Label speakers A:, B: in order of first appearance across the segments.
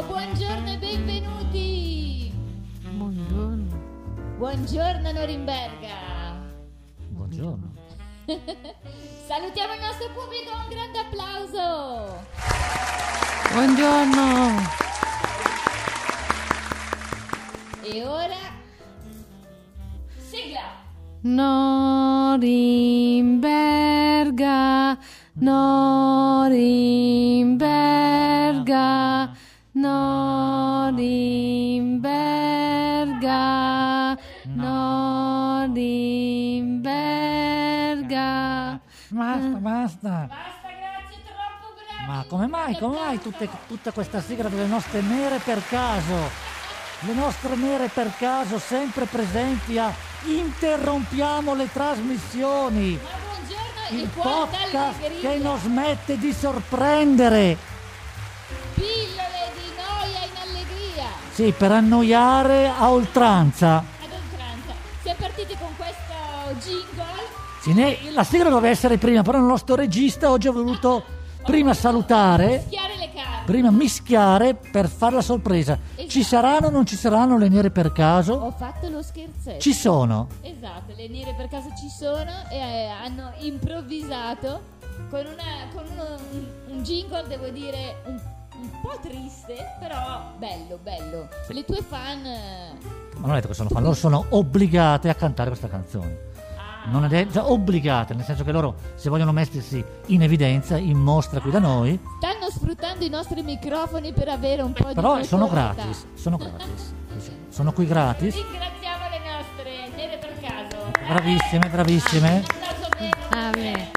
A: buongiorno e benvenuti!
B: Buongiorno.
A: Buongiorno Norimberga!
B: Buongiorno.
A: Salutiamo il nostro pubblico, un grande applauso!
B: Buongiorno.
A: E ora... Sigla!
B: Norimberga, Norimberga, Norimberga, Norimberga.
C: Basta, basta.
A: Basta, grazie, troppo bravi!
C: Ma come mai? Come mai tutte- tutta questa sigla delle nostre mere per caso? Le nostre mere per caso sempre presenti a Interrompiamo le trasmissioni.
A: Ma buongiorno
C: Il
A: e quanta
C: podcast che
A: allegria!
C: non smette di sorprendere.
A: Pillole di noia in allegria!
C: Sì, per annoiare a oltranza.
A: Ad oltranza, siamo partiti con questo jingle
C: Sì, ne- la sigla doveva essere prima, però il nostro regista oggi ha voluto prima salutare,
A: Schiare le carte!
C: prima mischiare per fare la sorpresa. Ci saranno o non ci saranno le nere per caso?
A: Ho fatto lo scherzetto.
C: Ci sono.
A: Esatto, le nere per caso ci sono e eh, hanno improvvisato con, una- con uno- un, un jingle, devo dire, un, un po' triste, però bello, bello. Le tue fan... eh,
C: Ma non è detto che sono fan, loro sono obbligate a cantare questa canzone.
A: ah,
C: Non è detto, cioè, obbligate, nel senso che loro se vogliono mettersi in evidenza, in mostra qui da noi,
A: Stanno sfruttando i nostri microfoni per avere un po' di...
C: però sono
A: notorietà.
C: gratis, sono gratis. diciamo. Sono qui gratis.
A: Ringraziamo le nostre nere per caso.
C: Bravissime, bravissime.
A: Un applauso vero.
B: Ah, bene.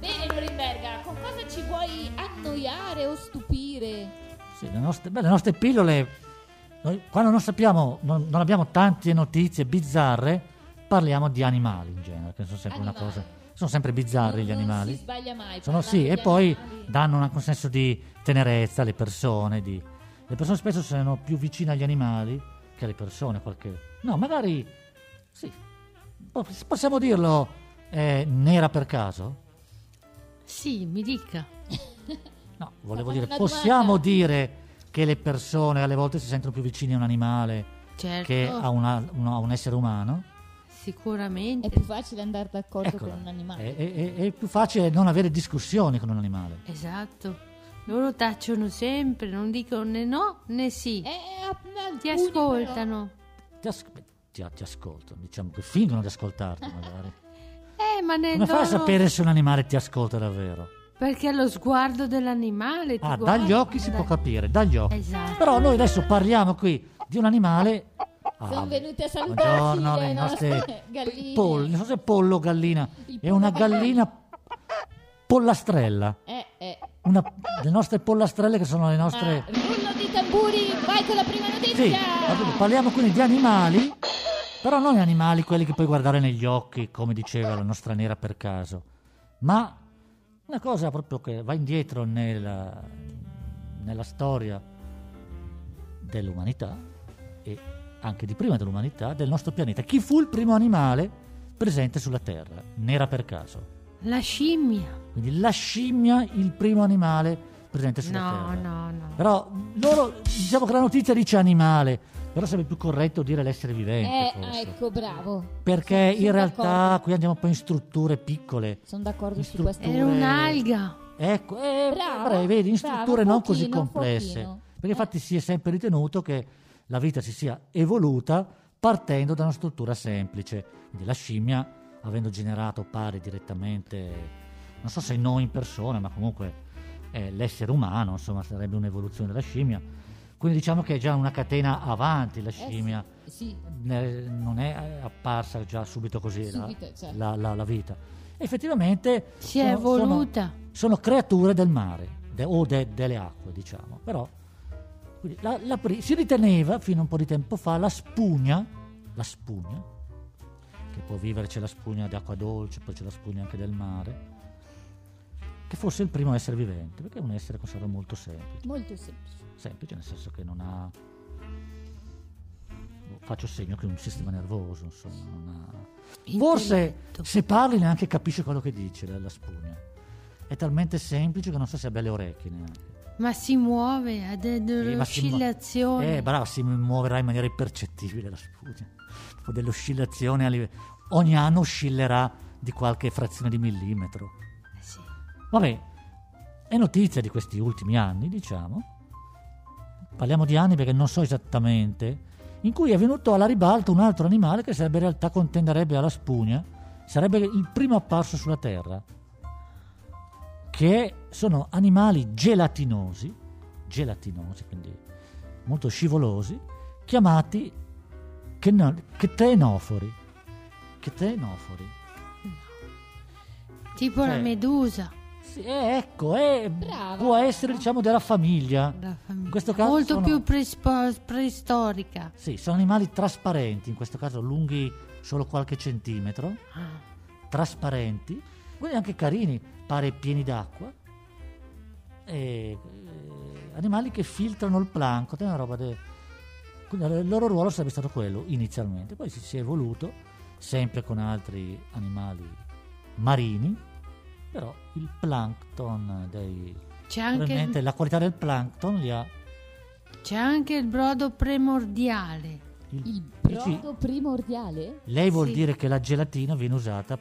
A: Bene, Norimberga, con cosa ci vuoi annoiare o stupire?
C: Sì, le, nostre, beh, le nostre pillole, noi, quando non sappiamo, non, non abbiamo tante notizie bizzarre, parliamo di animali in genere, che sono sempre una
A: Animali.
C: cosa... Sono sempre bizzarri gli
A: Non-
C: animali.
A: Non si sbaglia mai.
C: Sono
A: parlando
C: sì, e
A: di
C: poi
A: animali.
C: danno un senso di tenerezza alle persone. di- Le persone spesso sono più vicine agli animali che alle persone. qualche- No, magari sì, Po- possiamo dirlo eh, nera per caso?
B: Sì, mi dica.
C: No,
A: facendo
C: volevo dire,
A: una
C: possiamo
A: domanda.
C: dire che le persone alle volte si sentono più vicine a un animale
B: Certo.
C: che a, una- uno- a un essere umano?
A: È
B: Sicuramente.
A: più facile andare d'accordo
C: Eccola.
A: con un animale.
C: È, è- è- è più facile non avere discussioni con un animale.
B: Esatto. Loro tacciono sempre, non dicono né no né sì.
C: Ecco.
A: Eh, eh, app- alcuni
B: Ti ascoltano.
C: Ti, as- ti- ti ascoltano, diciamo che fingono di ascoltarti magari.
B: Eh, ma ne
C: Come fai a
B: loro...
C: sapere se un animale ti ascolta davvero?
B: Perché lo sguardo dell'animale ti
C: Ah,
B: guarda.
C: dagli occhi si può capire, dagli occhi.
B: Esatto.
C: Però noi adesso parliamo qui di un animale. Ah,
A: Sono venute a salutarci
C: Buongiorno,
A: le
C: le
A: nostre
C: nostre
A: galline.
C: polli. Non so se è pollo o gallina.
A: Il
C: È una
A: pollo.
C: gallina pollastrella.
A: Eh, eh.
C: Una, le nostre pollastrelle che sono le
A: Ah,
C: nostre.
A: rullo di tamburi, vai con la prima notizia.
C: Sì, appunto, parliamo quindi di animali. Però non animali quelli che puoi guardare negli occhi, come diceva la nostra nera per caso. Ma una cosa proprio che va indietro nella, nella storia dell'umanità e anche di prima dell'umanità, del nostro pianeta. Chi fu il primo animale presente sulla Terra? Nera per caso.
B: La scimmia.
C: Quindi la scimmia, il primo animale presente sulla
B: No,
C: Terra.
B: no, no.
C: Però loro, diciamo che la notizia dice animale, però sarebbe più corretto dire l'essere vivente.
A: Eh,
C: forse.
A: ecco, bravo.
C: Perché
A: Sono-
C: in
A: sono
C: realtà
A: d'accordo.
C: qui andiamo poi in strutture piccole.
A: Sono d'accordo
C: In
A: su questo.
C: strutture-
B: Era un'alga.
C: Ecco, eh,
A: Brava,
C: bravi, vedi, in
A: brava, Eh.
C: strutture non
A: fuochino,
C: così complesse.
A: fuochino.
C: Perché infatti si è sempre ritenuto che la vita si sia evoluta partendo da una struttura semplice. Quindi la scimmia, avendo generato pare direttamente, non so se noi in persona, ma comunque eh, l'essere umano, insomma, sarebbe un'evoluzione della scimmia. Quindi diciamo che è già una catena avanti la
A: Eh sì.
C: scimmia.
A: Sì,
C: Ne- non è eh, apparsa già subito così la-
A: Subito, certo.
C: la, la- la vita. Effettivamente
B: Si è evoluta.
C: sono- sono creature del mare de- o de- delle acque, diciamo. Però quindi la- la pri- si riteneva fino a un po' di tempo fa la spugna, la spugna, che può vivere, c'è la spugna d'acqua dolce, poi c'è la spugna anche del mare, che fosse il primo essere vivente, perché è un essere considerato molto semplice
A: molto semplice.
C: semplice nel senso che non ha boh, faccio segno che è un sistema nervoso insomma non ha- forse
B: Intelletto.
C: se parli neanche capisce quello che dice la, la spugna è talmente semplice che non so se abbia le orecchie neanche
B: ma si muove, ha de- delle
C: Eh, ma si muo-
B: oscillazioni.
C: Eh, brava, si muoverà in maniera impercettibile la spugna. Tipo dell'oscillazione a live- Ogni anno oscillerà di qualche frazione di millimetro.
B: Sì.
C: Vabbè, è notizia di questi ultimi anni, diciamo. Parliamo di anni perché non so esattamente. In cui è venuto alla ribalta un altro animale che sarebbe in realtà contenderebbe alla spugna, sarebbe il primo apparso sulla Terra. Che sono animali gelatinosi, gelatinosi, quindi molto scivolosi, chiamati cheno- ctenofori. Ctenofori.
B: Tipo la
C: Cioè-
B: medusa.
C: Sì, eh, ecco, eh,
A: Brava.
C: può essere diciamo della famiglia.
B: La famiglia.
C: In questo caso
B: Molto
C: sono-
B: più prespo- preistorica.
C: Sì, sono animali trasparenti, in questo caso lunghi solo qualche centimetro,
B: Ah,
C: trasparenti, quindi anche carini, pare pieni d'acqua. E, eh, animali che filtrano il plancton, è una roba de- quindi il loro ruolo sarebbe stato quello inizialmente, poi si, si è evoluto sempre con altri animali marini, però il plancton dei
B: C'è anche,
C: Probabilmente
B: il,
C: la qualità del plankton li ha
B: c'è anche il brodo primordiale.
C: il-
A: Il
C: Sì.
A: brodo primordiale?
C: Lei vuol
B: Sì.
C: dire che la gelatina viene usata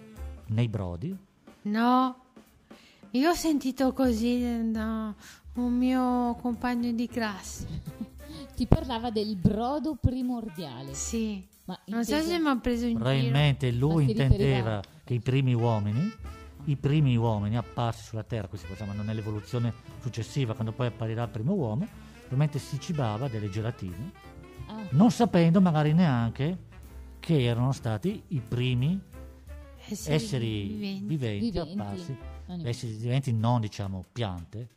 C: nei brodi?
B: No, io ho sentito così eh, da un mio compagno di classe.
A: Ti parlava del brodo primordiale.
B: Sì.
A: Ma
B: Non so
A: inteso-
B: se mi ha preso in giro.
C: Probabilmente lui
A: Ma si
C: intendeva
A: riferiva-
C: che i primi uomini, i primi uomini apparsi sulla Terra, questi qua siamo nell'evoluzione successiva, quando poi apparirà il primo uomo, probabilmente si cibava delle gelatine,
A: Ah,
C: non sapendo magari neanche che erano stati i primi
B: Esseri
C: esseri
B: Eh viventi.
C: viventi,
A: viventi.
C: apparsi
A: animali.
C: Esseri viventi non diciamo piante,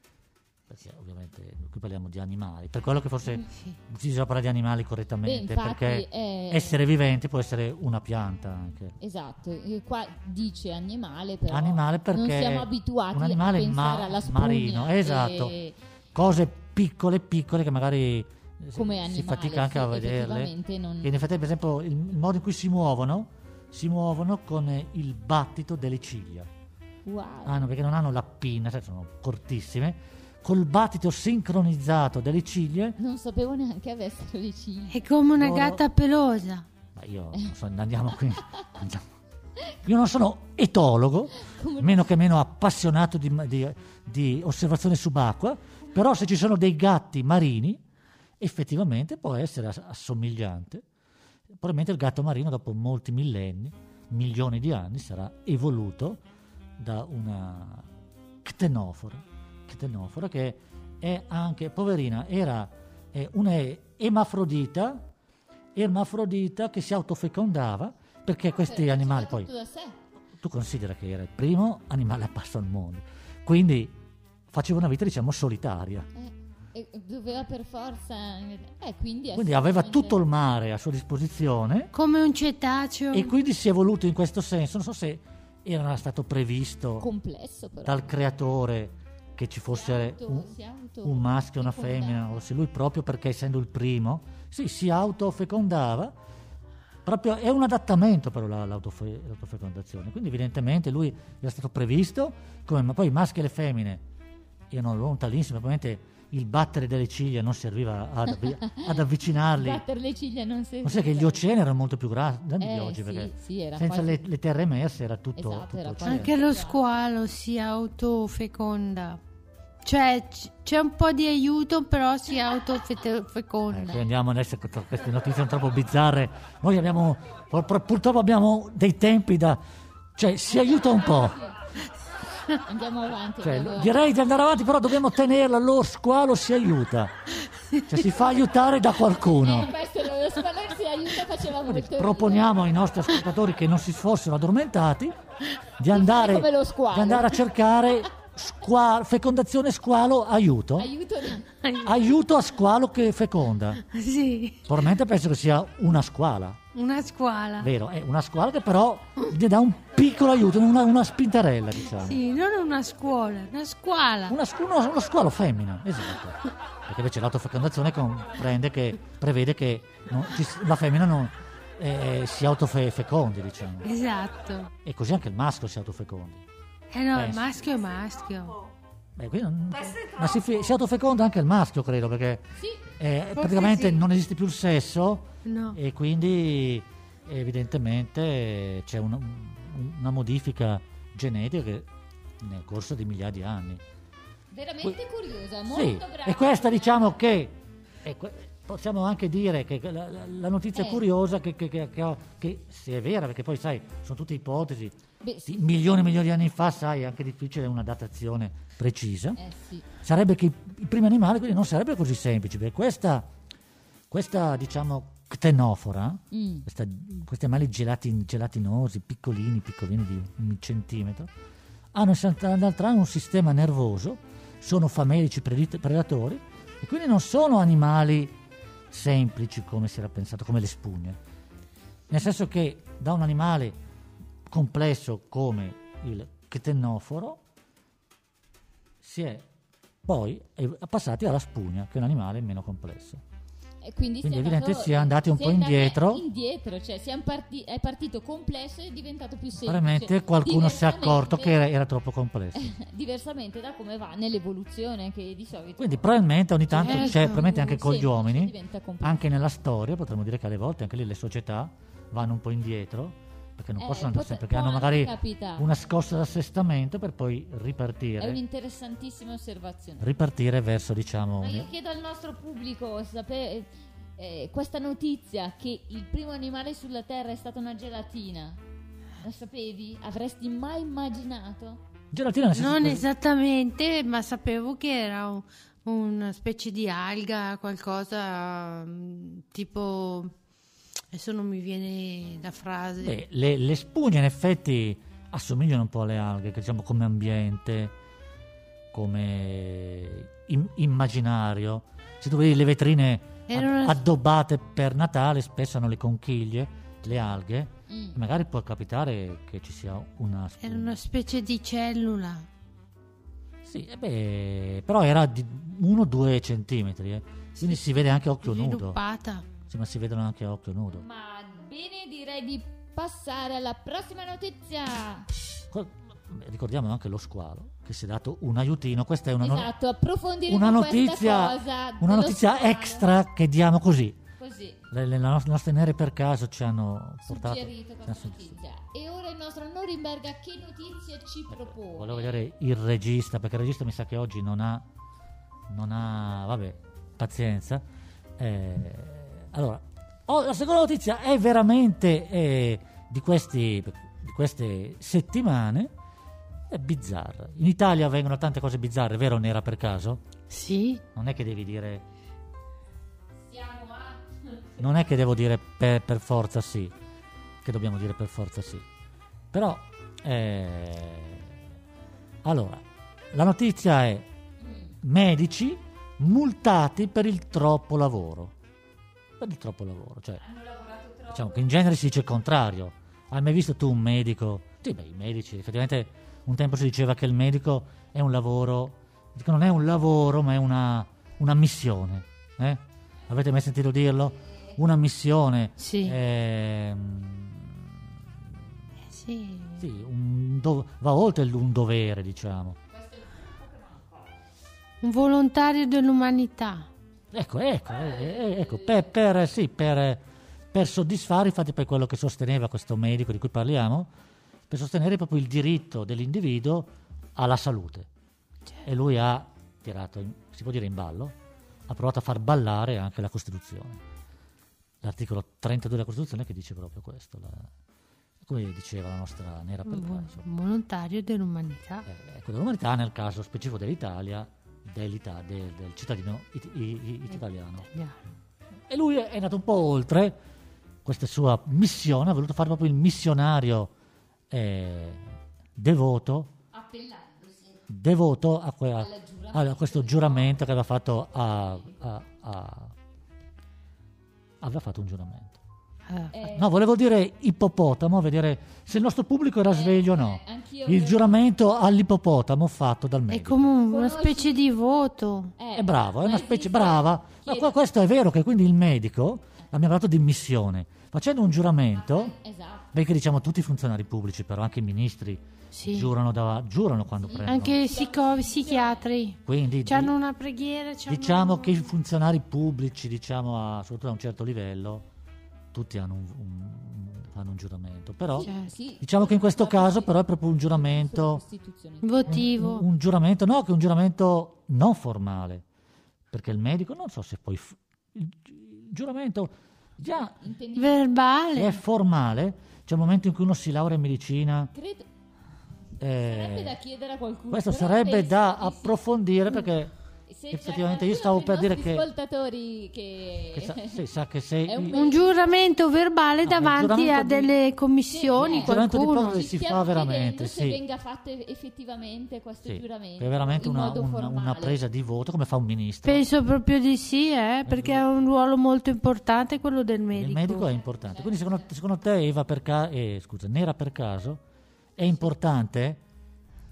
C: perché ovviamente qui parliamo di animali, per quello che forse
B: Sì.
C: bisogna parlare di animali
A: Beh,
C: correttamente,
A: infatti,
C: perché
A: è-
C: essere vivente può essere una pianta anche.
A: Esatto, e qua dice animale, però
C: Animale perché
A: non siamo abituati
C: un animale
A: a pensare
C: ma-
A: alla spugna
C: marino,
A: e-
C: esatto. Cose piccole, piccole che magari eh, si-
A: Come
C: si
A: animale,
C: fatica anche a
A: sì,
C: vederle.
A: effettivamente non-
C: E in effetti, per esempio, il, il modo in cui si muovono, si muovono con eh, il battito delle ciglia.
A: Wow.
C: hanno, perché non hanno la pinna, cioè sono cortissime, col battito sincronizzato delle ciglia.
A: Non sapevo neanche avessero le ciglia.
B: È come una
C: Loro-
B: gatta pelosa.
C: Ma io non so, andiamo qui. andiamo. Io non sono etologo,
A: Come-
C: Eh, meno che meno appassionato di, di- di osservazione subacquea, però se ci sono dei gatti marini, effettivamente può essere ass- assomigliante. Probabilmente il gatto marino dopo molti millenni, milioni di anni, sarà evoluto da una ctenofora, ctenofora che è anche, poverina, era eh, una emafrodita, emafrodita che si autofecondava perché questi
A: Beh,
C: animali
A: Eh, faceva
C: poi
A: tutto da sé.
C: tu considera che era il primo animale apparso al mondo, quindi faceva una vita diciamo solitaria,
A: Eh, e doveva per forza... Eh, quindi... è
C: quindi aveva
A: assolutamente-
C: tutto il mare a sua disposizione
B: Come un cetaceo.
C: e quindi si è evoluto in questo senso, non so se era stato previsto
A: Complesso però.
C: dal creatore che ci fosse
A: Auto-
C: un,
A: si auto-
C: un maschio e una
A: Esatto. fecondava.
C: femmina, o se lui proprio perché essendo il primo, sì, si autofecondava. Proprio è un adattamento però la- l'autofe- l'autofecondazione, quindi evidentemente lui era stato previsto, come, ma poi i maschi e le femmine erano lontanissimi, probabilmente il battere delle ciglia non serviva ad, avvi- ad avvicinarli.
A: Battere le ciglia non si...
C: Non sai che gli oceani erano molto più grandi di
A: Eh,
C: oggi,
A: sì,
C: perché
A: sì, era
C: senza
A: quasi-
C: le, le terre emerse era tutto...
A: Esatto,
C: tutto
A: era
C: oceano.
A: quasi-
B: Anche lo squalo si autofeconda. Cioè, c- c'è un po' di aiuto, però si
C: Eh,
B: autofeconda.
C: qui Ecco, andiamo adesso con to- queste notizie un troppo bizzarre. Noi abbiamo, pur- pur- purtroppo abbiamo dei tempi da... Cioè, si aiuta un po'.
A: Andiamo avanti.
C: Cioè,
A: allora.
C: direi di andare avanti, però dobbiamo tenerla, lo squalo si aiuta. Cioè, si fa aiutare da
A: Eh,
C: qualcuno.
A: questo lo spaller si aiuta faceva molto ridere.
C: Proponiamo ai nostri ascoltatori che non si fossero addormentati di andare,
A: come lo squalo.
C: di andare a cercare squa- fecondazione squalo aiuto.
A: aiuto
C: Aiuto a squalo che feconda.
B: Sì,
C: Probabilmente penso che sia una squala.
B: una squala.
C: Vero, è una squadra che però gli dà un piccolo aiuto, una, una spintarella, diciamo.
B: Sì, non una scuola, una squala.
C: Una, scu- uno- uno squalo femmina, esatto. Perché invece l'autofecondazione comprende che prevede che non- ci s- la femmina non, eh, si autofecondi, diciamo.
B: Esatto.
C: E così anche il maschio si autofecondi.
B: Eh no,
C: Eh,
B: il
C: sì.
B: maschio è maschio.
C: Beh, qui non-
D: Questo è
C: ma si, fe- si autofeconda anche il maschio, credo, perché
A: Sì,
C: eh,
B: Forse
C: praticamente
B: sì.
C: non esiste più il sesso
B: No.
C: e quindi evidentemente c'è una, una modifica genetica che nel corso di migliaia di anni.
A: veramente curiosa, molto
C: Sì,
A: brava.
C: e questa diciamo che e que- possiamo anche dire che la, la- la notizia
A: Eh.
C: curiosa che, che- che- che ho- che se è vera, perché poi sai, sono tutte ipotesi,
A: Beh, sì.
C: di milioni e milioni di anni fa, sai, è anche difficile una datazione precisa,
A: Eh sì.
C: sarebbe che i, i primi animali quindi non sarebbero così semplici, perché questa, questa diciamo, ctenofora,
A: Mm.
C: questa- questi animali gelati- gelatinosi, piccolini, piccolini di un centimetro, hanno in sostanza- in realtà un sistema nervoso, sono famelici predi- predatori e quindi non sono animali semplici come si era pensato, come le spugne. Nel senso che da un animale complesso come il ctenoforo si è poi eh, passati alla spugna, che è un animale meno complesso.
A: E quindi
C: Quindi
A: si è
C: evidente
A: andato-
C: si è andati un
A: si
C: po'
A: andati
C: indietro.
A: indietro, cioè siamo parti- è partito complesso e è diventato più semplice.
C: Veramente qualcuno si è accorto che era,
A: Diversamente-
C: era troppo complesso.
A: diversamente da come va nell'evoluzione che di solito
C: Quindi probabilmente ogni tanto
B: Certo.
C: c'è, probabilmente anche con gli
A: Semplice
C: uomini,
A: diventa complesso.
C: anche nella storia, potremmo dire che alle volte anche lì le società vanno un po' indietro, perché non
A: Eh,
C: possono andare
A: pot-
C: sempre, perché
A: può
C: hanno
A: anche
C: magari
A: capitare.
C: una scossa d'assestamento per poi ripartire,
A: è un'interessantissima osservazione.
C: ripartire verso diciamo...
A: Ma
C: un-
A: io chiedo al nostro pubblico sapere eh, questa notizia che il primo animale sulla Terra è stata una gelatina. La sapevi? Avresti mai immaginato?
C: Gelatina nel senso
B: Non
C: che-
B: esattamente, ma sapevo che era un- una specie di alga, qualcosa mm, tipo... Adesso non mi viene la frase.
C: Beh, le, le spugne in effetti assomigliano un po' alle alghe, che diciamo come ambiente, come im- immaginario. Se tu vedi le vetrine ad-
B: Era una-
C: addobbate per Natale, spesso hanno le conchiglie, le alghe,
A: Mm.
C: magari può capitare che ci sia una
B: Era
C: spugna.
B: una specie di cellula.
C: Sì, eh beh, però era di 1-2 centimetri, eh. quindi si vede anche a occhio nudo.
B: Sviluppata.
C: Sì, ma si vedono anche a occhio nudo.
A: Ma bene, direi di passare alla prossima notizia.
C: Co- Ricordiamo anche lo squalo che si è dato un aiutino. Questa è una, no-
A: esatto, approfondiremo
C: una
A: questa
C: notizia,
A: cosa.
C: una
A: dello
C: notizia
A: squalo.
C: extra che diamo così.
A: Così.
C: Le, le- la nos- le nostre nere per caso ci hanno portato.
A: Suggerito
C: ci hanno
A: questa
C: suggerito.
A: notizia. E ora il nostro Norimberga che notizie ci propone?
C: Ecco, Volevo vedere il regista, perché il regista mi sa che oggi non ha. Non ha. Vabbè, pazienza. Eh, allora, oh, la seconda notizia è veramente eh, di, questi, di queste settimane. È bizzarra. In Italia vengono tante cose bizzarre, vero Nera per caso?
B: Sì,
C: Non è che devi dire.
A: Siamo a...
C: Non è che devo dire per, per forza sì, che dobbiamo dire per forza sì. Però, eh, allora, la notizia è medici multati per il troppo lavoro. Per il troppo lavoro, cioè, diciamo che in genere si dice il contrario. Hai mai visto tu un medico? Sì, beh, i medici, effettivamente un tempo si diceva che il medico è un lavoro, dico, non è un lavoro ma è una, una missione. eh? Avete mai sentito dirlo? Una missione.
B: Sì.
C: Ehm,
B: sì.
C: sì, un dov- va oltre il- un dovere, diciamo.
B: Un volontario dell'umanità.
C: Ecco, ecco, eh, eh, ecco, per, per- sì, per- per soddisfare, infatti per quello che sosteneva questo medico di cui parliamo, per sostenere proprio il diritto dell'individuo alla salute. E lui ha tirato, in- si può dire in ballo, ha provato a far ballare anche la Costituzione. L'articolo 32 della Costituzione che dice proprio questo, la- come diceva la nostra nera per
B: Un
C: caso.
B: vo- volontario dell'umanità.
C: Eh, ecco, dell'umanità nel caso specifico dell'Italia, dell'Ita- del, del cittadino it- i-
A: Eh.
C: i- italiano.
B: Italiano.
C: E lui è andato un po' oltre questa sua missione, ha voluto fare proprio il missionario eh, devoto,
A: appellandosi
C: devoto a, que- a-
A: al giuramento.
C: a questo giuramento che aveva fatto a, a- a- aveva fatto un giuramento.
B: Ah,
A: Eh,
C: No, volevo dire ippopotamo, vedere se il nostro pubblico era
A: eh,
C: sveglio o no.
A: eh, anch'io
C: Il
A: volevo-
C: giuramento all'ippopotamo fatto dal
B: È
C: medico.
B: come una
A: Conosci-
B: specie di voto.
A: eh,
C: È bravo, è
A: ma
C: una specie
A: esiste-
C: brava. Ma
A: Chiede-
C: qua- questo è vero che quindi il medico, abbiamo parlato di missione, facendo un giuramento,
A: Esatto.
C: beh che diciamo tutti i funzionari pubblici, però anche i ministri
B: Sì.
C: giurano, da- giurano quando prendono.
B: Anche i psico- psichiatri.
C: eh, quindi di-
B: C'hanno una preghiera. c'hanno-
C: diciamo che i funzionari pubblici, diciamo a- soprattutto a un certo livello, tutti hanno un, un- fanno un giuramento. Però
B: Certo.
A: Sì.
C: diciamo che in questo caso però è proprio un
A: Solo
C: giuramento...
A: Costituzione.
B: Votivo.
C: un giuramento, no, che è un giuramento non formale, perché il medico non so se poi f- il gi- il giuramento già
A: Intendi-
C: è
B: Verbale.
C: formale, c'è un momento in cui uno si laurea in medicina.
A: Credo-
C: eh,
A: sarebbe da chiedere a qualcuno.
C: questo
A: però
C: sarebbe
A: penso
C: da
A: di sì.
C: approfondire perché
A: Se c'è
C: effettivamente
A: qualcuno
C: io stavo
A: dei
C: per dire
A: nostri
C: che,
A: ascoltatori che,
C: che sa, sì, sa che se
A: È un
C: il-
A: medico,
B: Un giuramento verbale
C: No, un
B: davanti
C: giuramento
B: a
C: di-
B: delle commissioni,
A: Sì, eh.
C: giuramento di
B: qualcuno.
C: poveri
A: ci
C: si
A: stiamo
C: fa
A: chiedendo
C: veramente,
A: se
C: sì.
A: venga fatto e- effettivamente questo
C: sì,
A: giuramento
C: è veramente
A: in
C: una,
A: modo
C: una- una
A: formale.
C: presa di voto come fa un ministro.
B: Penso proprio di sì, eh, perché è un ruolo molto importante quello del medico.
C: Il medico è
A: certo,
C: importante. Quindi secondo, secondo te Eva per ca- eh, scusa, Nera per caso è importante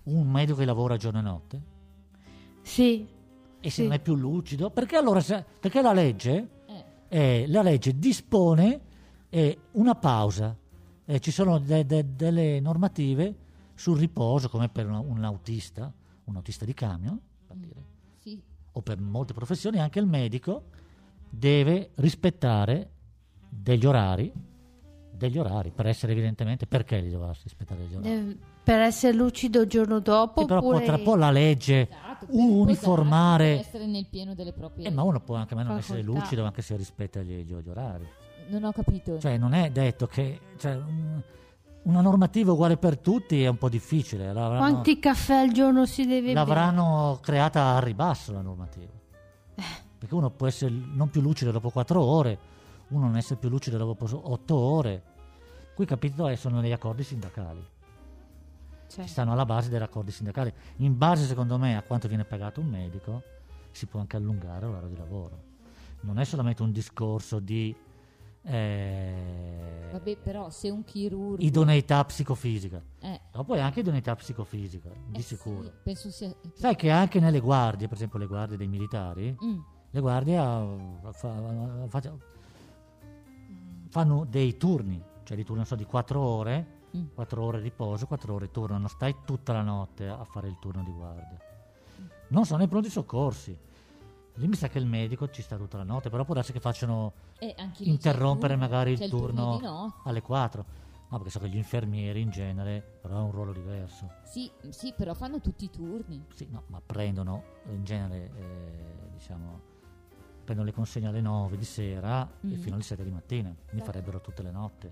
C: un medico che lavora giorno e notte?
B: Sì,
C: E se
B: Sì.
C: non è più lucido? Perché allora se- perché la legge,
A: Eh,
C: eh, la legge dispone eh, una pausa. Eh, ci sono de- de- delle normative sul riposo, come per un, un autista, un autista di camion, per
B: Mm.
C: dire,
A: sì.
C: o per molte professioni, anche il medico deve rispettare degli orari, degli orari, per essere evidentemente, perché li dovrà rispettare gli orari?
B: eh, per essere lucido il giorno dopo.
C: Sì, però può,
B: oppure...
C: tra un po' la legge
A: Esatto, per
C: uniformare...
A: riposarsi, per essere nel pieno delle proprie
C: Eh, ma uno può anche non essere
B: Facoltà.
C: lucido anche se rispetta gli, gli- gli orari.
A: non ho capito
C: Cioè, non è detto che cioè, un- una normativa uguale per tutti è un po' difficile. L'avranno,
B: Quanti caffè al giorno si deve bere?
C: l'avranno creata a ribasso la normativa.
B: Eh.
C: Perché uno può essere non più lucido dopo 4 ore, uno non essere più lucido dopo 8 ore. Qui capito eh, sono negli accordi sindacali,
B: Cioè,
C: che stanno alla base degli accordi sindacali. In base, secondo me, a quanto viene pagato un medico, si può anche allungare l'ora di lavoro. Non è solamente un discorso di eh,
A: vabbè però se un chirurgo
C: idoneità psicofisica.
A: eh,
C: Dopo è anche idoneità psicofisica,
A: eh
C: di
A: sì,
C: sicuro.
A: penso sia
C: Sai che anche nelle guardie, per esempio le guardie dei militari,
A: Mm,
C: le guardie ah, fa- faccia- fanno dei turni, cioè di turni, non so, di 4 ore,
A: Mm.
C: 4 ore riposo, 4 ore turno, non stai tutta la notte a fare il turno di guardia. Non sono i pronti soccorsi. Lì mi sa che il medico ci sta tutta la notte, però può darsi che facciano
A: e eh, anche lì c'è il
C: interrompere
A: turno,
C: magari
A: c'è
C: il turno,
A: di notte.
C: alle 4. No, perché so che gli infermieri in genere però hanno un ruolo diverso.
A: Sì, sì, però fanno tutti i turni. Ah,
C: Sì, no, ma prendono in genere, eh, diciamo, prendono le consegne alle 9 di sera
A: Mm.
C: e fino alle 7 di mattina, quindi
A: Certo.
C: farebbero tutte le notti.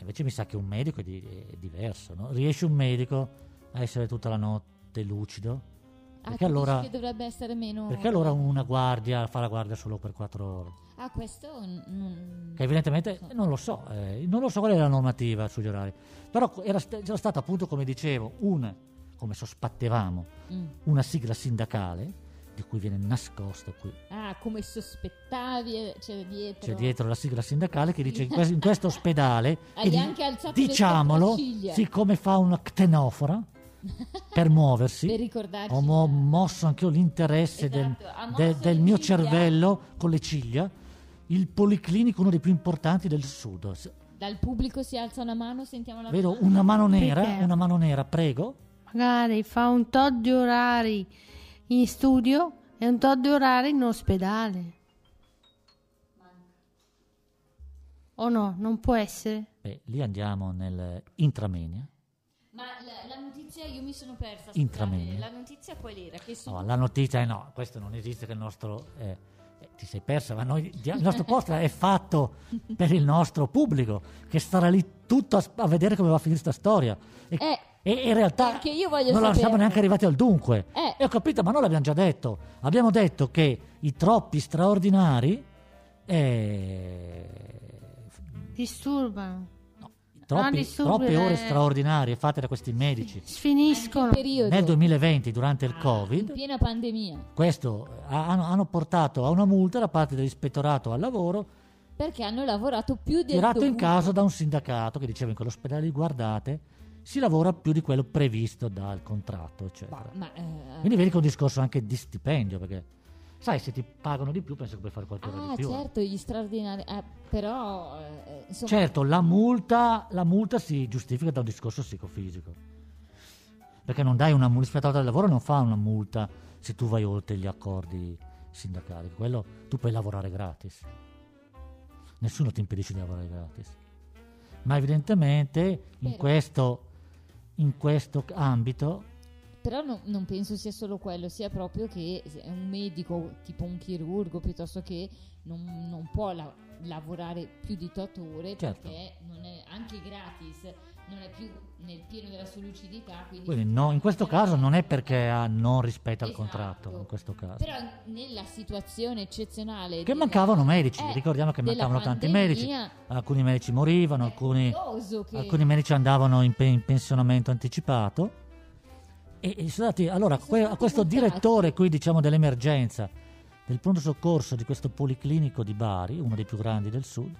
C: Invece mi sa che un medico è, di- è diverso, no? Riesce un medico a essere tutta la notte lucido?
A: Ah,
C: Perché
A: tu
C: allora-
A: dici che dovrebbe essere meno...
C: Perché allora una guardia fa la guardia solo per 4 ore?
A: Ah, questo... n- non-
C: Che evidentemente non lo so, eh, non lo so qual è la normativa sugli orari. Però era, st- c'era stata appunto, come dicevo, un, come sospettavamo,
A: Mm.
C: una sigla sindacale di cui viene nascosto qui
A: Ah, come sospettavi eh, c'è dietro...
C: c'è dietro la sigla sindacale che dice in questo, in questo ospedale
A: Hai
C: che
A: anche alzato le
C: diciamolo
A: sopracciglia.
C: siccome fa una ctenofora per muoversi
A: Per ricordarci...
C: ho mo- mosso anche io l'interesse del-
A: Esatto, ha mosso
C: del,
A: le
C: del mio
A: ciglia.
C: cervello con le ciglia il policlinico uno dei più importanti del sud S-
A: Dal pubblico si alza una mano, sentiamo la...
C: vedo una mano nera
B: Perché?
C: una mano nera prego
B: magari fa un tot di orari in studio e un tot di orari in ospedale. O no, non può essere.
C: Beh, lì andiamo nel intramenia
A: Ma la, la notizia io mi sono persa. scusate.
C: Intramenia.
A: La notizia qual era? Che su...
C: No, la notizia è no, questo non esiste che il nostro... eh, eh, ti sei persa, ma noi, dia- il nostro post è fatto per il nostro pubblico, che starà lì tutto a, s- a vedere come va a finire questa storia. E,
A: Eh,
C: e in realtà
A: perché io voglio
C: non la siamo
A: saperlo.
C: neanche arrivati al dunque.
A: Eh.
C: E ho capito, ma noi l'abbiamo già detto. Abbiamo detto che i troppi straordinari... eh, f-
B: Disturbano,
C: i troppi-
B: disturbi,
C: troppe ore
B: eh.
C: straordinarie fatte da questi medici
B: sfiniscono.
A: periodo.
C: nel 2020 durante il Covid
A: Ah, In piena pandemia.
C: questo eh, ha- hanno, hanno portato a una multa da parte dell'ispettorato al lavoro
A: perché hanno lavorato più del
C: tirato in
A: dovuto.
C: casa da un sindacato che diceva in quell'ospedale lì, guardate si lavora più di quello previsto dal contratto eccetera
A: Ma, ma, eh,
C: quindi vedi che è un discorso anche di stipendio perché sai se ti pagano di più penso che puoi fare qualcosa
A: ah,
C: di più eh.
A: certo, gli straordinari, eh, però eh, insomma,
C: certo la multa la multa si giustifica da un discorso psicofisico perché non dai una multa l'ispettatore del lavoro non fa una multa se tu vai oltre gli accordi sindacali quello tu puoi lavorare gratis nessuno ti impedisce di lavorare gratis ma evidentemente in
A: Vero.
C: questo in questo ambito
A: però no- non penso sia solo quello, sia proprio che se è un medico, tipo un chirurgo, piuttosto che non, non può la- lavorare più di 8 ore
C: Certo.
A: perché non è anche gratis, non è più nel pieno della sua lucidità, quindi,
C: quindi no, in questo caso non è perché ah, non rispetta il
A: Esatto.
C: contratto in questo caso
A: Però nella situazione eccezionale
C: che
A: della-
C: mancavano medici
A: eh,
C: ricordiamo che
A: della
C: mancavano tanti
A: pandemia,
C: medici alcuni medici morivano
A: è
C: alcuni
A: curioso che-
C: Alcuni medici andavano in, pe- in pensionamento anticipato. E, e sono andati- allora,
A: Sono
C: que- a
A: stati
C: questo
A: multati.
C: direttore qui, diciamo, dell'emergenza del pronto soccorso di questo policlinico di Bari, uno dei più grandi del sud,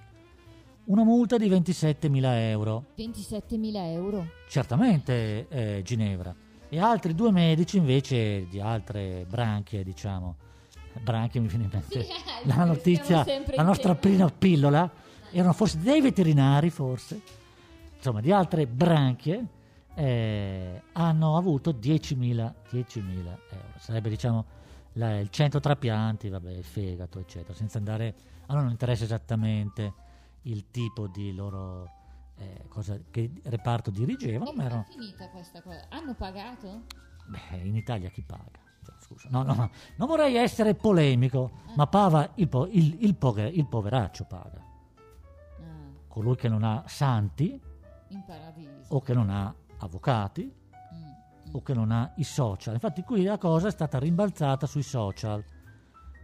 C: una multa di 27.000 euro,
A: 27.000 euro.
C: certamente eh, Ginevra, e altri due medici invece di altre branchie, diciamo, branchie mi viene in mente la notizia, la nostra prima pillola, erano forse dei veterinari, forse, insomma, di altre branchie, eh, hanno avuto 10.000, 10.000 euro. Sarebbe, diciamo, la- il 100 trapianti, vabbè, il fegato, eccetera, senza andare... A loro non interessa esattamente il tipo di loro... eh, cosa, che reparto dirigevano, ma erano...
A: è finita questa cosa. Hanno pagato?
C: Beh, in Italia chi paga? Cioè, scusa, no, no, no, non vorrei essere polemico, ma paga il, po- il- il pover- il poveraccio paga.
A: Ah,
C: Colui che non ha santi,
A: in paradiso.
C: o che non ha avvocati,
A: Mm, mm.
C: o che non ha i social. Infatti qui la cosa è stata rimbalzata sui social.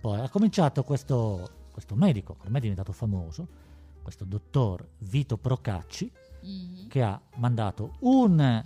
C: Poi ha cominciato questo, questo medico, ormai è diventato famoso, questo dottor Vito Procacci,
A: Mhm.
C: che ha mandato un...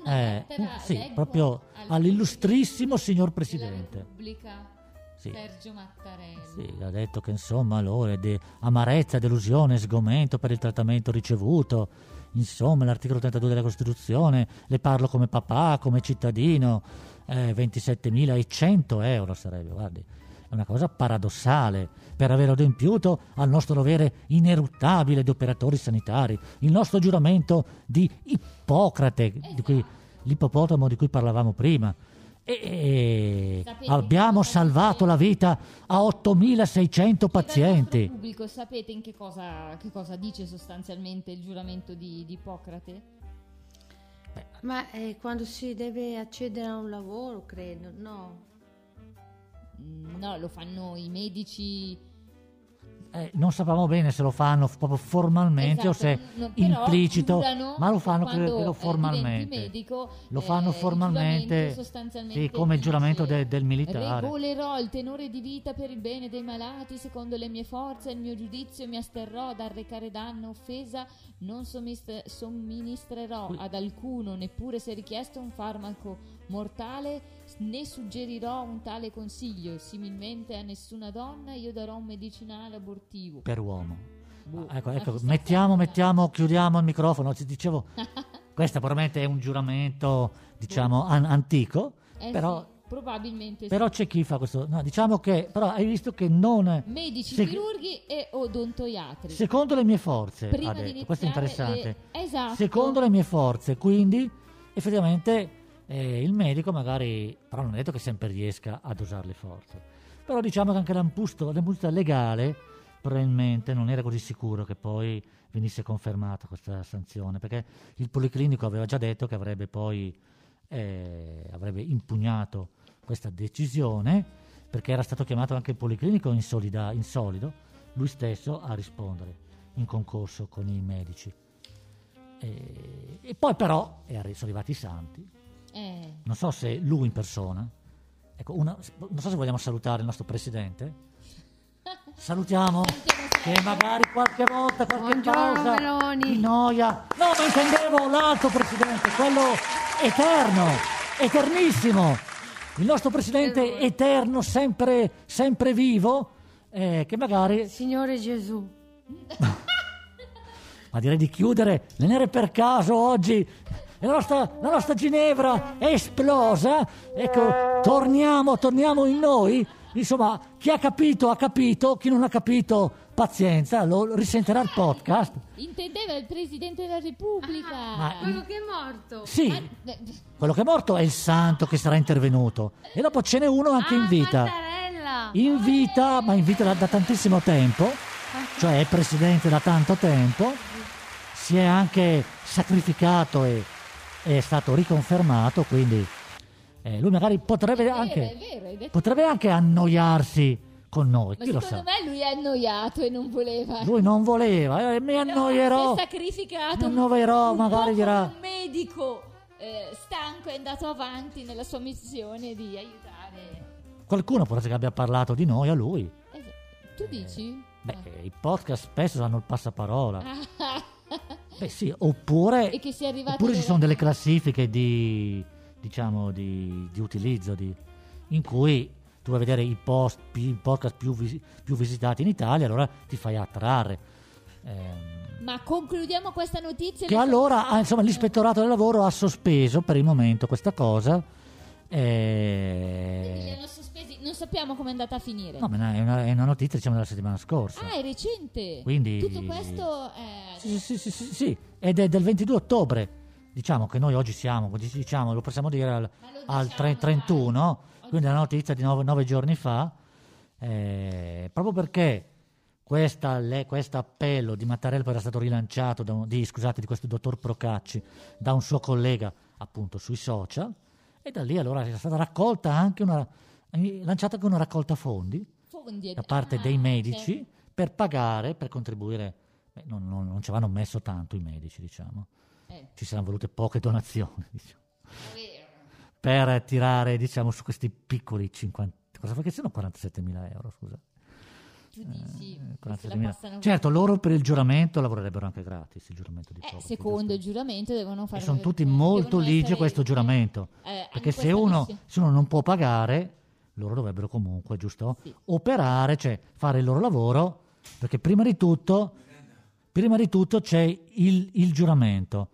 A: Una
C: eh,
A: lettera,
C: un- sì,
A: leggo,
C: proprio
A: al-
C: all'illustrissimo signor
A: della
C: Presidente.
A: Repubblica
C: Sì,
A: Sergio Mattarella.
C: Sì, ha detto che insomma loro è di amarezza, delusione, sgomento per il trattamento ricevuto. Insomma, l'articolo 32 della Costituzione, le parlo come papà, come cittadino, eh, 27.100 euro sarebbe, guardi. È una cosa paradossale per aver adempiuto al nostro dovere ineluttabile di operatori sanitari, il nostro giuramento di Ippocrate,
A: Esatto.
C: di cui- l'ippopotamo di cui parlavamo prima. E, e-
A: Sapete
C: abbiamo
A: che cosa
C: salvato la vita a 8.600
A: Il
C: pazienti.
A: pubblico, sapete in che cosa, che cosa dice sostanzialmente il giuramento di, di Ippocrate?
B: Ma è quando si deve accedere a un lavoro, credo, no?
A: Mm, No, lo fanno i medici.
C: Eh, non sapevamo bene se lo fanno f- proprio
A: Esatto,
C: formalmente o se
A: no, però
C: implicito,
A: giurano
C: ma lo fanno
A: quando,
C: credo, credo
A: eh,
C: formalmente.
A: diventi medico,
C: lo
A: eh,
C: fanno
A: il
C: formalmente,
A: giuramento sostanzialmente
C: sì, come il giuramento
A: dice,
C: de- del militare.
A: Regolerò il tenore di vita per il bene dei malati, secondo le mie forze, e il mio giudizio mi asterrò dal recare danno, offesa, non sommis- somministrerò
C: Qui-
A: ad alcuno, neppure se richiesto un farmaco mortale, né suggerirò un tale consiglio, similmente a nessuna donna io darò un medicinale abortivo.
C: per uomo.
A: Boh,
C: Ah, ecco,
A: ma
C: ecco,
A: chissà
C: mettiamo,
A: cosa.
C: mettiamo, chiudiamo il microfono. Ti dicevo, questo probabilmente è un giuramento, diciamo, an- antico,
A: Eh
C: però,
A: sì, probabilmente sì.
C: però c'è chi fa questo. No, diciamo che, però hai visto che non...
A: medici,
C: se-
A: chirurghi e odontoiatri.
C: Secondo le mie forze,
A: Prima
C: ha
A: di
C: detto,
A: iniziare
C: Ah,
A: eh,
C: questo è interessante.
A: le- Esatto.
C: Secondo le mie forze, quindi effettivamente eh, il medico magari, però non è detto che sempre riesca a dosare le forze, però diciamo che anche l'ampusto, l'ampusta legale probabilmente non era così sicuro che poi venisse confermata questa sanzione, perché il Policlinico aveva già detto che avrebbe poi eh, avrebbe impugnato questa decisione, perché era stato chiamato anche il Policlinico in, solida- in solido, lui stesso a rispondere in concorso con i medici. E, e poi però è arri- sono arrivati i santi,
A: Eh,
C: non so se lui in persona, ecco, una- non so se vogliamo salutare il nostro presidente. Salutiamo che magari qualche volta qualche
B: Buongiorno,
C: pausa
B: Meloni.
C: di noia. No, ma intendevo l'altro presidente, quello eterno, eternissimo. Il nostro presidente
B: Meloni.
C: eterno, sempre, sempre vivo, eh, che magari
B: Signore Gesù,
C: Ma direi di chiudere le nere per caso oggi. La nostra, la nostra Ginevra è esplosa. Ecco, torniamo, torniamo in noi. Insomma, chi ha capito ha capito, chi non ha capito pazienza, lo risentirà il podcast.
A: Intendeva il Presidente della Repubblica.
C: Ah, Ma
B: Quello che è morto.
A: Ah,
C: Sì,
A: beh,
C: quello che è morto è il santo che sarà intervenuto. E dopo ce n'è uno anche in vita.
B: Ah, Mattarella.
C: In vita, ma in vita da, da tantissimo tempo, cioè è presidente da tanto tempo, si è anche sacrificato e è stato riconfermato, quindi eh, lui magari
A: è
C: potrebbe
A: vero,
C: anche,
A: è vero, hai detto.
C: potrebbe anche annoiarsi con noi,
A: Ma
C: chi lo
A: secondo
C: sa.
A: me lui è annoiato e non voleva.
C: Lui non voleva, eh, mi annoierò.
A: Si è sacrificato.
C: Mi annoierò,
A: un
C: magari
A: po'
C: dirà-
A: come Un medico eh, stanco è andato avanti nella sua missione di aiutare.
C: Qualcuno può essere che abbia parlato di noi a lui.
A: Es- Tu dici?
C: Eh, Beh, i podcast spesso hanno il passaparola.
A: Ah.
C: Beh sì, oppure,
A: e che sia arrivato.
C: oppure ci
A: dove-
C: sono delle classifiche di, diciamo, di, di utilizzo di- in cui tu vai a vedere i, post, pi- i podcast più, visi- più visitati in Italia, allora ti fai attrarre. Ehm,
A: Ma concludiamo questa notizia. Eh,
C: che
A: le-
C: allora, ah, insomma, l'ispettorato del lavoro ha sospeso per il momento questa cosa.
A: Quindi li
C: Eh,
A: hanno sospesi. Non sappiamo come è andata a finire.
C: no, ma è una- è una, è una notizia diciamo, della settimana scorsa.
A: ah, è recente.
C: Quindi-
A: Tutto questo eh, è.
C: Sì, sì, sì, sì, sì, sì, ed è del 22 ottobre. Diciamo che noi oggi siamo, diciamo, lo possiamo dire al,
A: Ma lo
C: al tre-
A: diciamo,
C: 31,
A: dai.
C: quindi è una notizia di nove, nove giorni fa, eh, proprio perché questa le- questo appello di Mattarella poi era stato rilanciato, da un- di, scusate, di questo dottor Procacci, da un suo collega appunto sui social, e da lì allora è stata raccolta anche una, lanciata anche una raccolta fondi
A: Fondi.
C: da parte
A: Ah,
C: dei
A: ok.
C: medici per pagare, per contribuire. Beh, non, non- non ci avevano messo tanto i medici, diciamo.
A: Eh,
C: Ci saranno volute poche donazioni diciamo,
A: è vero.
C: per tirare diciamo, su questi piccoli 50... Cosa fa che siano 47.000 euro, scusa?
A: Tu dici.
C: Eh,
A: se la
C: 47.000.
A: passano-
C: Certo, loro per il giuramento lavorerebbero anche gratis, il giuramento di
A: Eh,
C: Popoli,
A: secondo il
C: giusto?
A: giuramento devono fare
C: diciamo, E sono tutti
A: devono
C: molto
A: essere-
C: ligi a questo giuramento,
A: eh, hanno
C: perché se
A: questa
C: uno,
A: missione.
C: se uno non può pagare, loro dovrebbero comunque, giusto?
A: Sì.
C: operare, cioè fare il loro lavoro, perché prima di tutto, prima di tutto c'è il, il giuramento.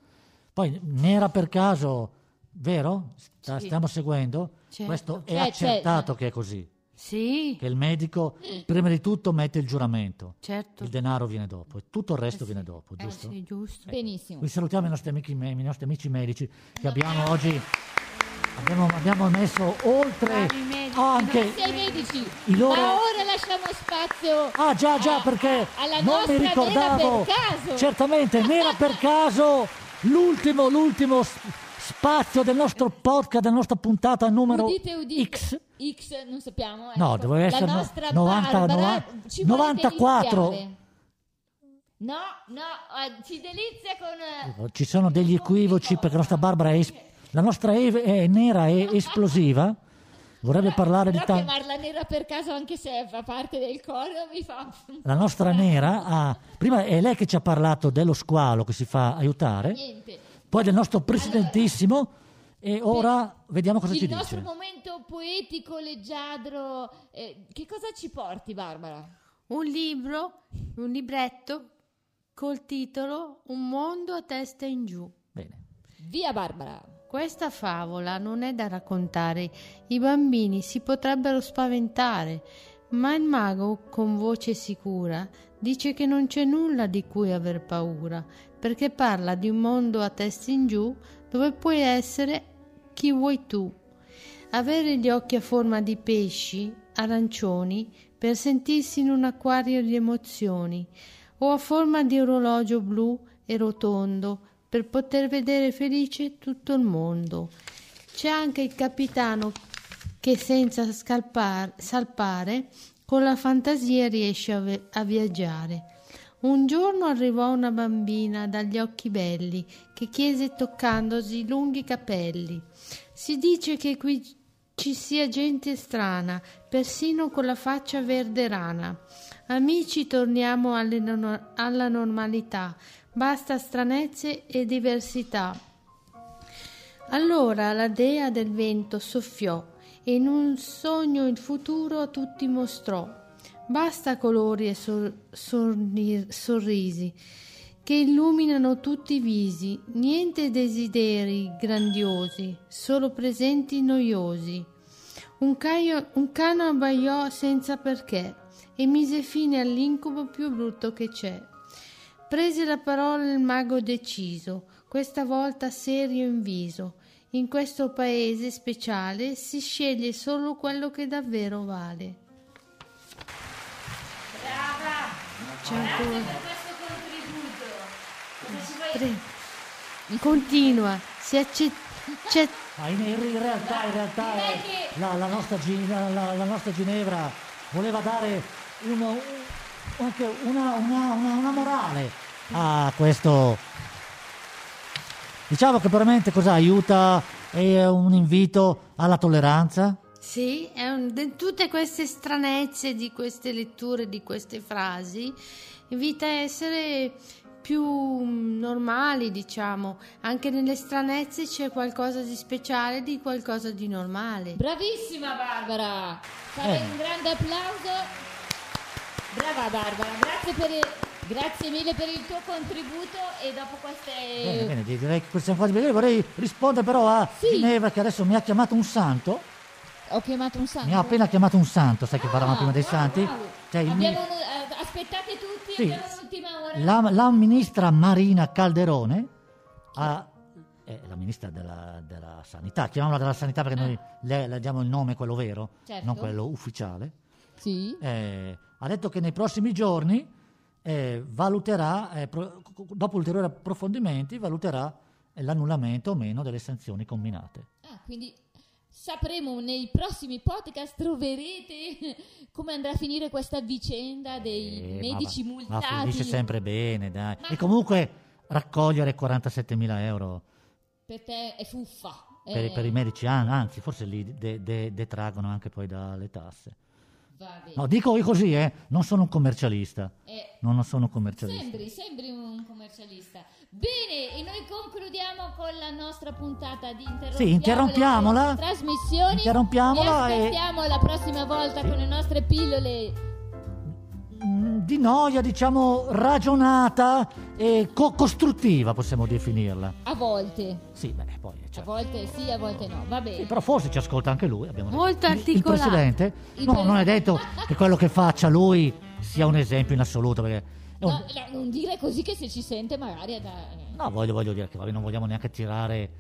C: Poi n'era per caso, vero? Sta-
B: Sì.
C: Stiamo seguendo?
B: Certo.
C: Questo è
A: Eh,
C: accertato
A: certo.
C: che è così,
B: Sì,
C: che il medico prima di tutto mette il giuramento,
B: certo.
C: il denaro viene dopo e tutto il resto
B: Eh sì.
C: viene dopo,
B: Eh
C: giusto?
B: sì, giusto.
A: Benissimo.
C: Vi salutiamo i nostri amici, me- i nostri amici medici che abbiamo oggi, abbiamo, abbiamo messo oltre
B: Bravi medici,
C: anche...
A: Sei medici,
C: I loro-
A: ma ora lasciamo spazio.
C: Ah già già
A: a-
C: perché
A: Eh, alla
C: non mi
A: nostra
C: ricordavo
A: nera per caso.
C: certamente nera per caso l'ultimo l'ultimo s- spazio del nostro podcast della nostra puntata numero
A: udite, udite.
C: X
A: X non sappiamo.
C: No,
A: ecco.
C: doveva essere
A: La
C: no-
A: nostra
C: 90,
A: Barbara
C: novan-
A: ci vuole
C: 94.
A: deliziare. No, no, eh, ci delizia con eh,
C: ci sono degli equivoci perché la nostra Barbara è es- la nostra Eve è nera e esplosiva vorrebbe parlare di
A: Eh, però
C: tanto
A: chiamarla nera per caso anche se fa parte del coro mi fa
C: la nostra
A: Eh.
C: nera ha prima è lei che ci ha parlato dello squalo che si fa aiutare
A: niente.
C: poi del nostro presidentissimo e ora vediamo cosa
A: il
C: ci
A: nostro
C: dice
A: momento poetico, leggiadro. eh, che cosa ci porti, Barbara?
B: Un libro, un libretto col titolo Un mondo a testa in giù.
C: bene
A: Via, Barbara.
B: Questa favola non è da raccontare, i bambini si potrebbero spaventare, ma il mago, con voce sicura, dice che non c'è nulla di cui aver paura, perché parla di un mondo a testa in giù dove puoi essere chi vuoi tu. Avere gli occhi a forma di pesci, arancioni, per sentirsi in un acquario di emozioni, o a forma di orologio blu e rotondo per poter vedere felice tutto il mondo. C'è anche il capitano che senza scalpar- salpare con la fantasia riesce a, ve- a viaggiare. Un giorno arrivò una bambina dagli occhi belli che chiese toccandosi i lunghi capelli. Si dice che qui ci sia gente strana, persino con la faccia verde rana. Amici, torniamo alle non- alla normalità. Basta stranezze e diversità. Allora la dea del vento soffiò e in un sogno il futuro a tutti mostrò. Basta colori e sor- sorri- sorrisi che illuminano tutti i visi, niente desideri grandiosi, solo presenti noiosi. Un, caio- un cano abbaiò senza perché e mise fine all'incubo più brutto che c'è. Prese la parola il mago deciso, questa volta serio in viso. In questo paese speciale si sceglie solo quello che davvero vale.
A: Brava! Grazie
B: C'è ancora.
A: per questo contributo. Cosa ci vuoi-
B: Pre- Continua, si accetta.
C: Ma in, in realtà, in realtà
A: Direi
C: eh,
A: che-
C: la, la nostra, Gi- la- la- la nostra Ginevra voleva dare uno- un- anche una, una- una- una morale a questo. Diciamo che veramente cosa aiuta? È un invito alla tolleranza?
B: Sì, è un- de- tutte queste stranezze di queste letture, di queste frasi, invita a essere più mm, normali, diciamo. Anche nelle stranezze c'è qualcosa di speciale, di qualcosa di normale.
A: Bravissima Barbara! Fare
C: Eh.
A: un grande applauso. Brava Barbara, grazie, per il- grazie mille per il tuo contributo e dopo queste...
C: Bene, bene, direi che siamo quasi bene. Vorrei rispondere però a
A: Eh. Sì.
C: Ginevra che adesso mi ha chiamato un santo.
A: Ho chiamato un santo.
C: Mi ha appena chiamato un santo, sai che parlavamo
A: Ah,
C: prima dei
A: bravo,
C: santi?
A: bravo.
C: Cioè, il mio-
A: Abbiamo un- eh, aspettate tutti,
C: Sì.
A: abbiamo l'ultima ora.
C: La, la ministra Marina Calderone ha- è la ministra della, della sanità, chiamiamola della sanità perché noi le, le diamo il nome, quello vero,
A: Ah. Certo.
C: non quello ufficiale,
A: Sì.
C: eh, ha detto che nei prossimi giorni eh, valuterà, eh, pro- dopo ulteriori approfondimenti, valuterà eh, l'annullamento o meno delle sanzioni combinate.
A: Ah, quindi sapremo nei prossimi podcast, troverete come andrà a finire questa vicenda Cioè, dei
C: Eh,
A: medici
C: ma, va-
A: multati.
C: Ma finisce sempre bene, dai.
A: Ma-
C: E comunque raccogliere 47.000 euro
A: Per te è fuffa.
C: per,
A: eh,
C: per i medici, an- anzi, forse li de- de- detraggono anche poi dalle tasse.
A: va bene.
C: No, dico io così, eh, non sono un commercialista.
A: Eh,
C: No, non sono un commercialista.
A: Sembri, sembri un commercialista. Bene, e noi concludiamo con la nostra puntata di interrompiamo
C: Sì, interrompiamola.
A: le trasmissioni.
C: Interrompiamola
A: Vi
C: e-
A: aspettiamo la prossima volta
C: Sì.
A: con le nostre pillole.
C: Mm, Di noia, diciamo, ragionata e co- costruttiva, possiamo definirla.
A: A volte,
C: Sì, beh, poi... cioè,
A: a volte sì, a volte no. Va
C: sì,
A: bene.
C: però forse ci ascolta anche lui. Abbiamo detto.
B: Molto
C: Il-
B: articolato.
C: Il presidente?
A: Il
C: no,
A: pres-
C: non è detto che quello che faccia lui sia un esempio in assoluto, perché... è un-
A: No, no, non dire così che se ci sente magari è da...
C: No, voglio, voglio dire che vabbè, non vogliamo neanche tirare.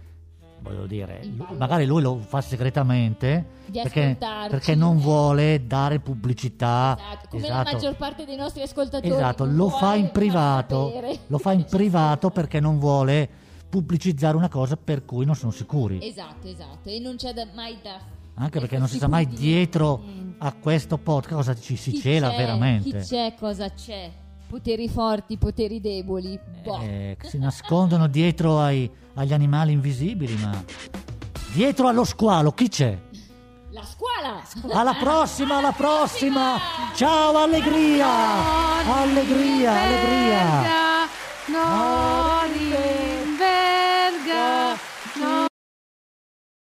C: Voglio dire,
A: Il
C: lui-
A: ballo.
C: magari lui lo fa segretamente
A: Di
C: perché,
A: ascoltarci.
C: perché non vuole dare pubblicità.
A: Esatto, come la
C: Esatto.
A: maggior parte dei nostri ascoltatori.
C: Esatto,
A: non
C: lo
A: vuole
C: fa in
A: far
C: privato.
A: sapere.
C: Lo fa in privato perché non vuole pubblicizzare una cosa per cui non sono sicuri.
A: Esatto, esatto, e non c'è da- mai da... Eh,
C: Anche perché
A: e
C: non si sa mai
A: quindi-
C: dietro a questo podcast cosa ci si
A: Chi
C: cela
A: c'è,
C: veramente.
A: Chi c'è, cosa c'è? Poteri forti, poteri deboli. Boh.
C: Eh, che si nascondono dietro ai- agli animali invisibili, ma dietro allo squalo chi c'è?
A: La scuola!
C: Alla prossima, alla prossima! Ciao, allegria! Allegria, allegria!
B: Merda! No,